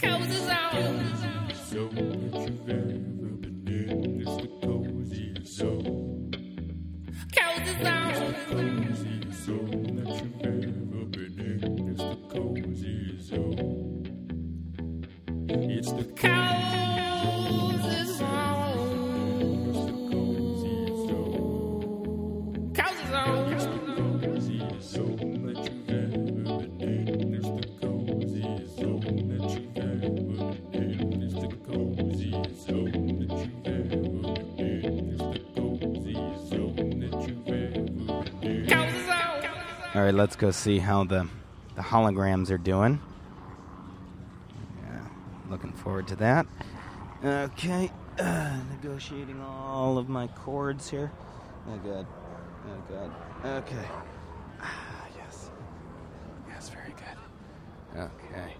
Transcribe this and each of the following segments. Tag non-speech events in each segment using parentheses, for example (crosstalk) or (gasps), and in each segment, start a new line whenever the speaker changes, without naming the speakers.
Cozy zone.
So if you've ever been in, it's the cozy zone.
Cozy zone.
Cozy zone that you've ever been in, it's the cozy zone. It's the cozy,
Cozy zone.
it's the cozy zone.
Cozy zone.
It's the cozy zone that you've ever been in, it's the cozy zone that you've ever been in, it's the cozy zone that you've ever been in, it's the cozy zone that you've ever been in.
Cozy zone.
All right, let's go see how the the holograms are doing. Yeah, looking forward to that. Okay, uh, negotiating all of my chords here. Oh god. Oh god. Okay. Ah, yes. Yes, very good. Okay.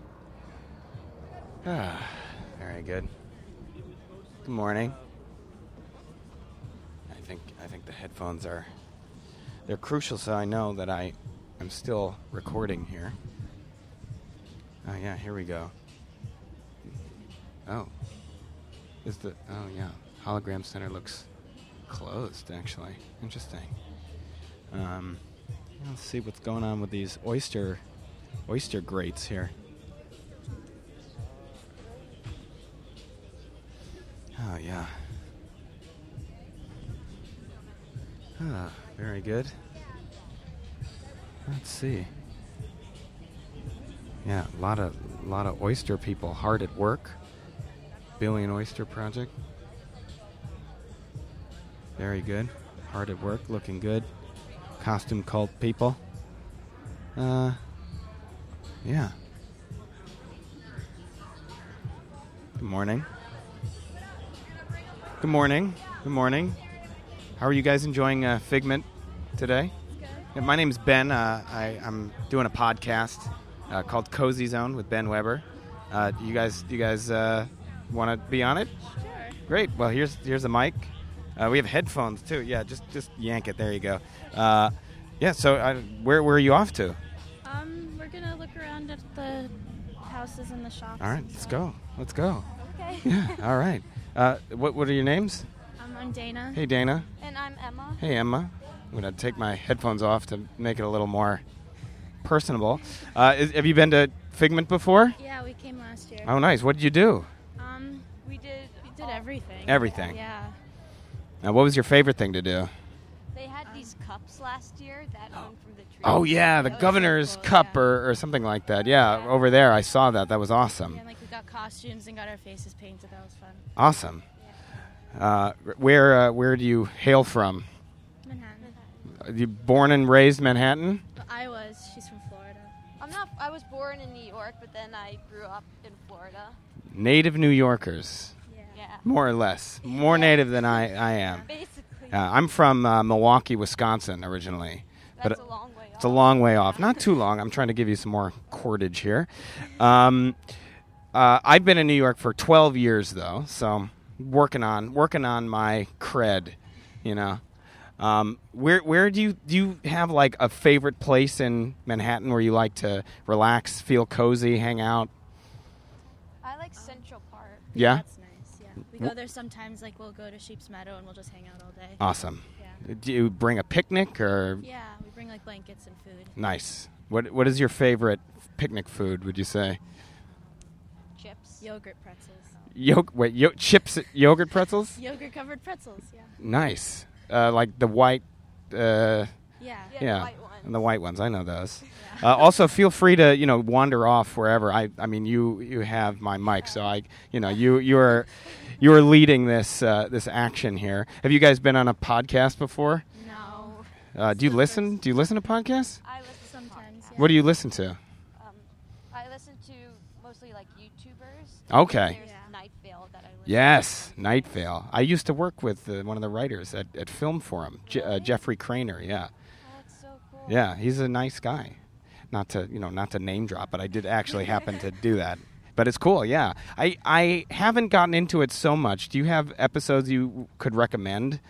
Ah, very good. Good morning. I think I think the headphones are they're crucial so I know that I am still recording here. Oh yeah, here we go. Oh. Is the oh yeah. Hologram Center looks closed actually. Interesting. Um yeah, let's see what's going on with these oyster oyster grates here. Oh yeah. Ah, very good. Let's see. Yeah, a lot of lot of oyster people hard at work. Billion Oyster Project. Very good. Hard at work, looking good. Costume cult people. Uh yeah. Good morning. Good morning. Good morning. How are you guys enjoying uh, Figment today? Yeah, my name's Ben. Uh, I, I'm doing a podcast uh, called Cozy Zone with Ben Weber. Uh, do you guys, do you guys uh, want to be on it? Great. Well, here's here's a mic. Uh, we have headphones too. Yeah, just just yank it. There you go. Uh, yeah. So I, where where are you off to?
Um, we're gonna look around at the houses and the shops.
All right,
and
let's
stuff.
go. Let's go. (laughs)
Okay.
Yeah. All right. Uh, what what are your names?
um, I'm Dana.
Hey Dana.
And I'm Emma.
Hey, Emma. I'm going to take my headphones off to make it a little more personable. Uh, is, have you been to Figment before?
Yeah, we came last year.
Oh, nice. What did you do?
Um, we did we did everything.
Everything.
Yeah.
Now, what was your favorite thing to do?
They had these cups last year that (gasps) hung from the tree.
Oh, yeah, the
That was so
governor's
cool,
cup
yeah.
or, or something like that. Yeah,
Yeah.
over there. I saw that. That was awesome.
And like we got costumes and got our faces painted. That was fun.
Awesome. Uh, where, uh, where do you hail from?
Manhattan.
Are you born and raised Manhattan?
But I was. She's from Florida.
I'm not. I was born in New York, but then I grew up in Florida.
Native New Yorkers,
Yeah.
Yeah,
more or less. More native than I, I am.
basically.
Uh, I'm from uh, Milwaukee, Wisconsin originally.
That's
but-
a long way.
It's a long way off. Not
(laughs)
too long. I'm trying to give you some more cordage here. Um, uh, I've been in New York for 12 years though, so working on working on my cred, you know. Um, where where do you do you have like a favorite place in Manhattan where you like to relax, feel cozy, hang out?
I like Central Park.
Yeah.
That's nice. Yeah. We go there sometimes. Like we'll go to Sheep's Meadow and we'll just hang out all day.
Awesome.
Yeah.
Do you bring a picnic or
Yeah. We bring like blankets and food.
nice? What what is your favorite picnic food? Would you say
Chips.
Yogurt pretzels.
Yo- wait, yo- chips, yogurt pretzels?
Yogurt covered pretzels. Yeah.
Nice. Uh, like the white, uh,
Yeah.
Yeah, the
yeah,
white ones.
and the white ones. I know those. Uh, also, feel free to you know wander off wherever. I I mean, you you have my mic, so I you know you you are you are leading this uh, this action here. Have you guys been on a podcast before?
No.
Uh, do you listen? Do you listen to podcasts?
I listen
Sometimes,
To podcasts.
yeah.
What do you listen to?
Um, I listen to mostly like YouTubers.
Okay.
There's
Yeah.
Night Vale that I listen.
Yes, Night Vale. I used to work with uh, one of the writers at, at Film Forum, Je- uh, Jeffrey Craner. Yeah.
To. Oh, that's so cool.
Yeah, he's a nice guy. Not to you know, not to name drop, but I did actually happen to do that. But it's cool, yeah. I I haven't gotten into it so much. Do you have episodes you could recommend?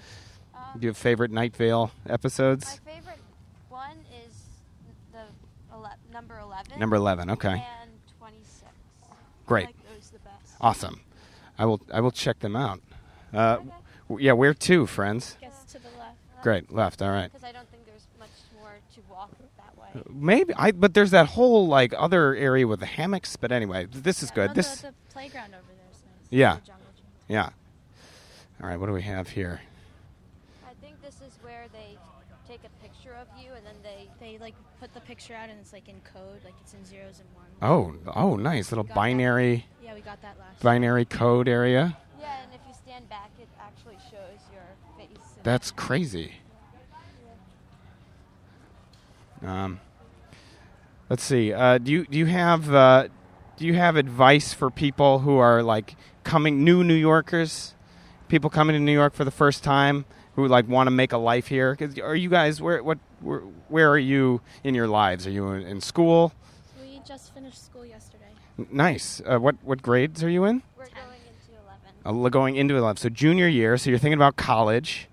Um,
Do you have favorite Night Vale
my
episodes?
favorite one is the ele- number eleven.
Number eleven. Okay,
And twenty-six. I
great.
like those
Awesome. I will. I will check them out. Uh, w- yeah, where to, friends?
Guess to the left.
Great, left. All right.
Because I don't think there's much more to walk that way.
Maybe I. But there's that whole like other area with the hammocks. But anyway, th- this is
Oh,
good.
the-
This.
the playground over there is nice.
Yeah.
The jungle gym.
Yeah. All right. What do we have here?
I think this is where they take a picture of you and then they.
They like put the picture out and it's like in code, like it's in zeros and ones.
Oh, oh, nice little
Got that.
binary
Yeah, we got that last.
binary code area.
Yeah, and if you stand back, it actually shows your face. and-
That's crazy. Um, let's see. Uh, do you do you have uh, do you have advice for people who are like coming new New Yorkers, people coming to New York for the first time who like want to make a life here? 'Cause are you guys where what where, where are you in your lives? Are you in, in school?
We just finished school yesterday.
N- Nice. Uh, what what grades are you in?
We're going into 11.
Uh, l- going into 11. So junior year, so you're thinking about college,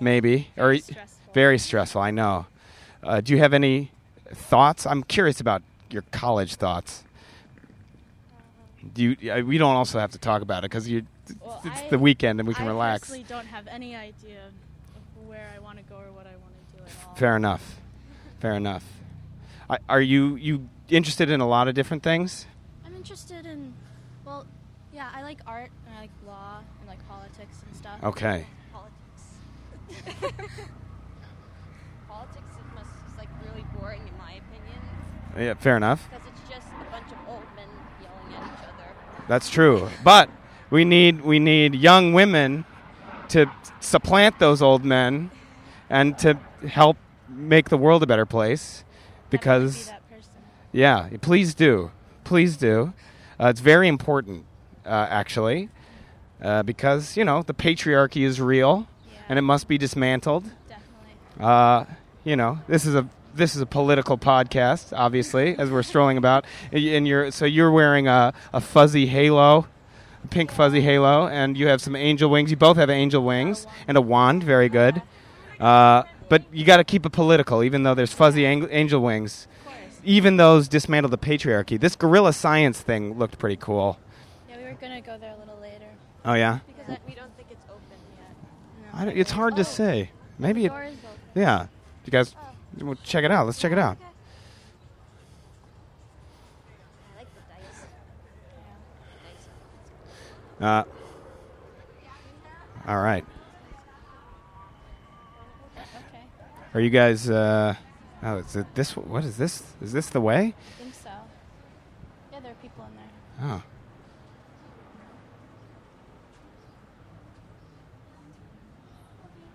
maybe. or
Very stressful.
Very stressful, I know. Uh, do you have any thoughts? I'm curious about your college thoughts. Do you, uh, we don't also have to talk about it because you,
Well,
it's
I-
the weekend and we can
I
relax.
honestly don't have any idea of where I want to go or what I want to do at all.
Fair enough. Fair enough. I, are you, you interested in a lot of different things?
I'm interested in, well, yeah, I like art and I like law and like politics and stuff.
Okay.
Politics. Politics is, must, is like really boring in my opinion
Yeah, fair enough.
because it's just a bunch of old men yelling at each other.
That's true. But we need we need young women to supplant those old men and to help make the world a better place
I
because
don't wanna be that person.
yeah, please do. Please do. Uh, it's very important uh, actually. Uh, because you know the patriarchy is real,
Yeah.
and it must be dismantled.
Definitely.
Uh, you know, this is a this is a political podcast, obviously, as we're strolling about. And you- And you're so you're wearing a, a fuzzy halo, a pink fuzzy halo, and you have some angel wings. You both have angel wings and a wand. Very good. Uh, but you got to keep it political, even though there's fuzzy ang- angel wings.
Of course.
Even those dismantle the patriarchy. This guerrilla science thing looked pretty cool.
Yeah, we were gonna go there a little later.
Oh yeah,
Because I, we don't think it's open yet.
I don't- it's hard to say. Maybe it,
Door is open.
yeah. You guys, well, check it out. Let's check it out.
I like the dice. Dice.
Uh, all right.
Okay.
Are you guys? Uh, oh, is it this? What is this? Is this the way?
I think so. Yeah, there are people in there.
Oh.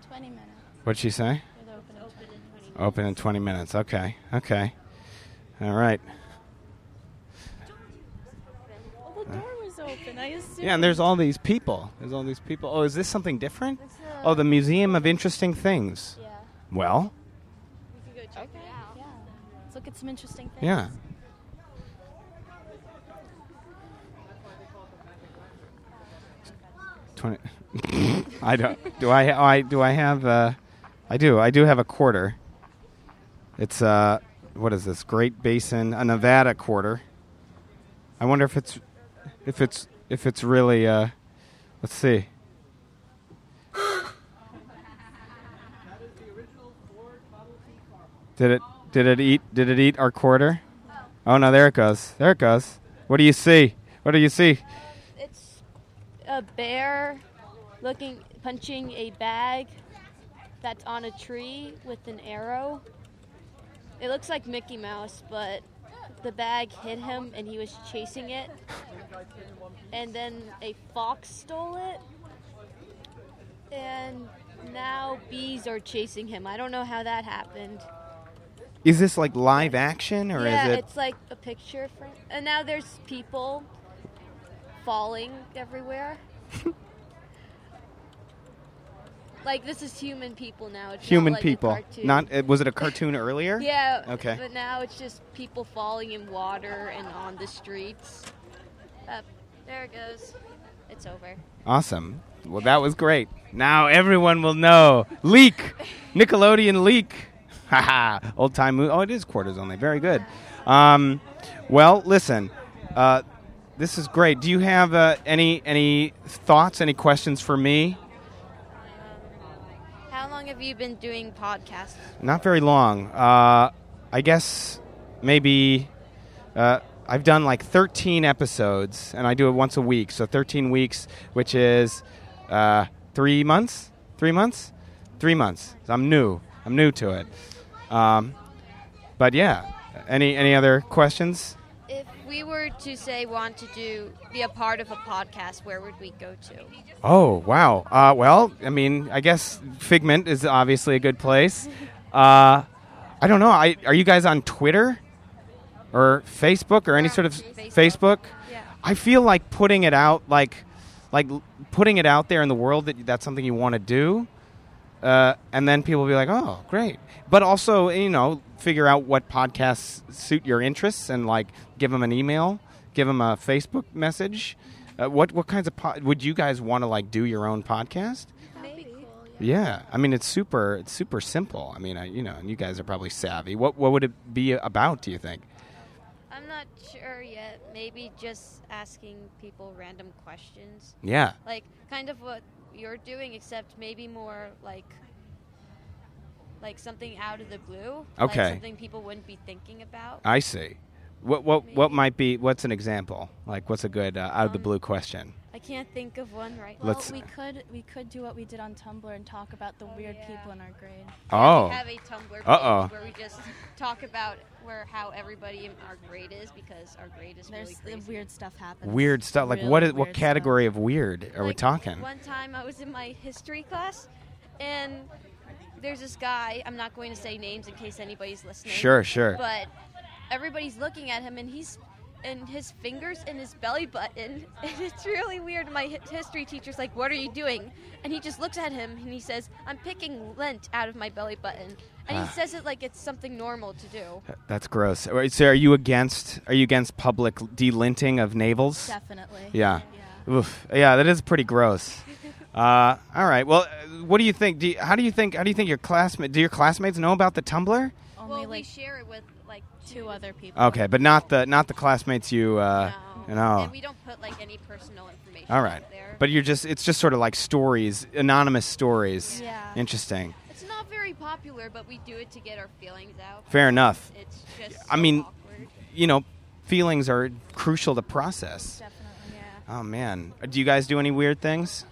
Twenty minutes.
What'd she say?
They're open. open in twenty.
Open in 20 minutes. Okay. Okay. All right.
Oh, the door was open. I assume.
Yeah, and there's all these people. There's all these people. Oh, is this something different? Oh, the Museum of Interesting Things.
Yeah.
Well,
We could go check it out.
Yeah. Let's look at some interesting things.
yeah. Twenty. (laughs) I don't. Do I? oh, I do. I have. Uh, I do. I do have a quarter. It's uh, what is this? Great Basin, a Nevada quarter. I wonder if it's, if it's, if it's really. Uh, let's see. Did it? Did it eat? Did it eat our quarter? Oh no! There it goes. There it goes. What do you see? What do you see?
It's a bear looking punching a bag that's on a tree with an arrow. It looks like Mickey Mouse, but the bag hit him and he was chasing it. And then a fox stole it. And now bees are chasing him. I don't know how that happened.
Is this like live action or
yeah,
is it?
it's like a picture frame. And now there's people falling
(laughs)
everywhere. like this is human people now. It's not
human
like a
people.
cartoon.
Not uh,
(laughs)
was it a cartoon earlier?
Yeah.
Okay.
But now it's just people falling in water and on the streets. Up there it goes. It's over.
Awesome. Well, that was great. Now everyone will know. Leak, Nickelodeon leak. (laughs) Haha. Old time movie. Oh, it is quarters only. Very good. Um, well, listen. Uh, This is great. Do you have uh, any any thoughts, any questions for me?
How long have you been doing podcasts?
Not very long. Uh, I guess maybe uh, I've done like 13 episodes, and I do it once a week. So 13 weeks, which is uh, three months. Three months. Three months. So I'm new. I'm new to it. Um, but yeah. Any any other questions?
If we were to say want to do be a part of a podcast, where would we go to?
Oh wow. Uh, well, I mean, I guess Figment is obviously a good place. Uh, I don't know. I, are you guys on Twitter or Facebook or any
We're
sort
on
of
Facebook.
Facebook?
Yeah.
I feel like putting it out, like, like l- putting it out there in the world that that's something you want to do, uh, and then people will be like, "Oh, great!" But also, you know, figure out what podcasts suit your interests and like give them an email, give them a Facebook message. Uh, what what kinds of pod- would you guys want to like do your own podcast?
Maybe.
Yeah, I mean it's super it's super simple. I mean, I, you know, and you guys are probably savvy. What what would it be about? Do you think?
I'm not sure yet. Maybe just asking people random questions,
Yeah,
like kind of what you're doing, except maybe more like like something out of the blue.
Okay. Uh,
Like something people wouldn't be thinking about.
I see. What what what might be? What's an example? Like, what's a good uh, out of the
Um,
blue question?
I can't think of one right
Well,
now.
Let's-
we could we could do what we did on Tumblr and talk about the weird
yeah.
people in our grade.
Oh,
We have a Tumblr page
Uh-oh.
where we just talk about where how everybody in our grade is because our grade is
There's
really crazy.
the weird stuff happens.
weird stuff. Like,
Really
what is what
weird
category of weird are we
Like,
talking?
One time I was in my history class and there's this guy, I'm not going to say names in case anybody's listening.
Sure, sure.
But everybody's looking at him and he's and his fingers in his belly button (laughs) and it's really weird my hi- history teacher's like what are you doing and he just looks at him and he says i'm picking lint out of my belly button and
Ah.
he says it like it's something normal to do
That's gross. All right, So, are you against are you against public delinting of navels?
stuff. Definitely.
Yeah.
Yeah.
Oof. Yeah, that is pretty
(laughs)
gross. Uh, all right. Well, uh, what do you think? Do you, how do you think? How do you think your classmate? Do your classmates know about the Tumblr?
Only
well we
like
share it with like
two other people.
Okay, but not the not the classmates you. Uh,
no.
no.
and we don't put like any personal information
All right.
there
But you're just it's just sort of like stories, anonymous stories.
Yeah.
Interesting.
It's not very popular, but we do it to get our feelings out.
Fair enough.
It's just
I
so
mean-
awkward.
You know, feelings are crucial to process.
Definitely.
Yeah.
Oh man. Do you guys do any weird things?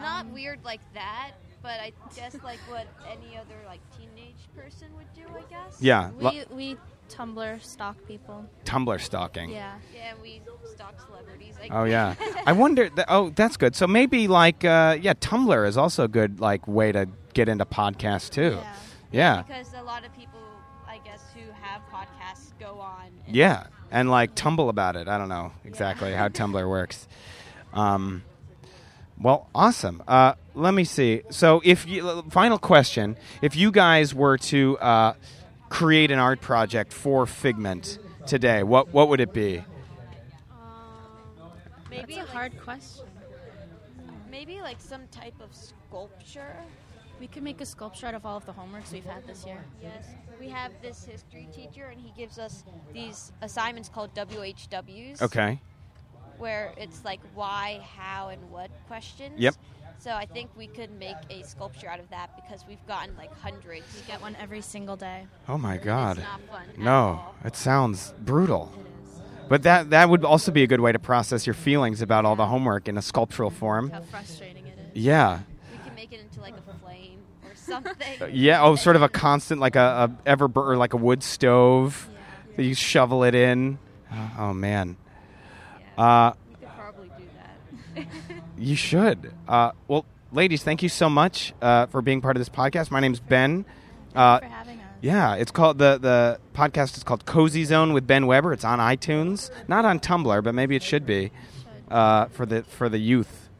Not
Um,
weird like that, but I guess like what any other like teenage person would do, I guess.
Yeah. lo-
We we Tumblr stalk people.
Tumblr stalking.
Yeah.
Yeah, and we stalk celebrities. I
Oh
guess.
yeah. I wonder th- oh, that's good. So maybe like uh, yeah, Tumblr is also a good like way to get into podcasts too.
Yeah.
Yeah.
(laughs) Because a lot of people, I guess, who have podcasts go on. and-
Yeah, and like tumble about it. I don't know exactly how Tumblr works. Um, well, awesome. Uh, let me see. So, if you, l- final question, if you guys were to uh, create an art project for Figment today, what what would it be?
Um, maybe
That's a
like,
hard question.
Maybe like some type of sculpture.
We could make a sculpture out of all of the homeworks we've had this year.
Yes, we have this history teacher, and he gives us these assignments called WHWs.
Okay.
where it's like why, how, and what questions.
Yep.
So I think we could make a sculpture out of that because we've gotten like hundreds.
We get one every single day.
Oh my God.
It's not fun. at
No,
all.
it sounds brutal. But that that would also be a good way to process your feelings about all the homework in a sculptural form.
How frustrating it is.
Yeah.
We can make it into like a flame or (laughs) something.
Yeah, oh, sort of a constant, like a, a ever or like a wood stove. that You shovel it in. Oh man,
Yeah,
uh,
we could probably do that.
(laughs) you should. Uh, well, ladies, thank you so much uh, for being part of this podcast. My name's Ben. Uh,
for having us.
yeah, it's called the the podcast is called Cozy Zone with Ben Weber. It's on iTunes, not on Tumblr, but maybe it should be uh, for the for the youth.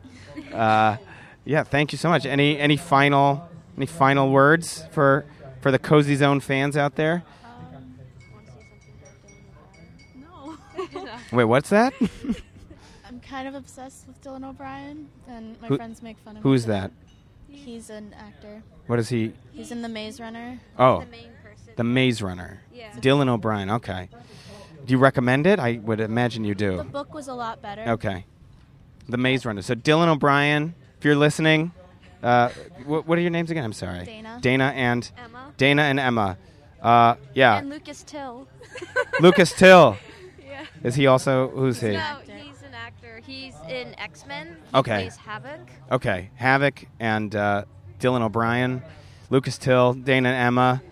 Uh, yeah, thank you so much. Any any final any final words for for the Cozy Zone fans out there?
No.
Wait, what's that? (laughs)
I'm kind of obsessed with Dylan O'Brien, and my
Who-
friends make fun of him.
Who is
for
that?
He's an actor.
What is he?
He's in The Maze Runner.
Oh,
The main person.
the Maze Runner.
yeah.
Dylan O'Brien. Okay. Do you recommend it? I would imagine you do.
The book was a lot better.
Okay. The Maze Runner. So Dylan O'Brien, if you're listening, uh, what, what are your names again? I'm sorry.
Dana.
Dana and
Emma.
Dana and Emma. Uh, yeah.
And Lucas
(laughs)
Till.
Lucas Till.
(laughs) Yeah.
Is he also? Who's he?
No, he's an actor. He's in X Men.
Okay.
Plays Havoc.
Okay. Havoc and uh, Dylan O'Brien, Lucas Till, Dana and Emma,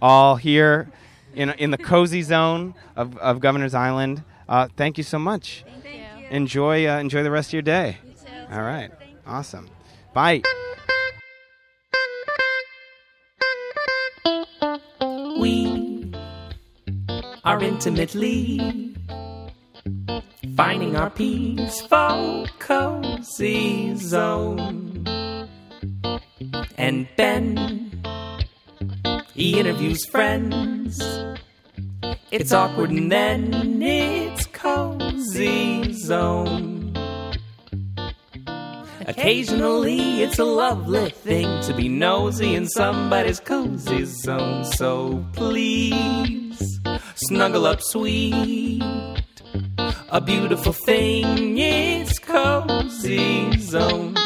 all here in in the cozy zone of, of Governor's Island. Uh, thank you so much.
Thank, you.
Enjoy uh, enjoy the rest of your day. All right. Awesome. Bye.
We are intimately finding our peaceful, cozy zone. And Ben, he interviews friends. It's awkward and then it's cozy zone. Occasionally, it's a lovely thing to be nosy in somebody's cozy zone. So please, snuggle up sweet. A beautiful thing, it's cozy zone.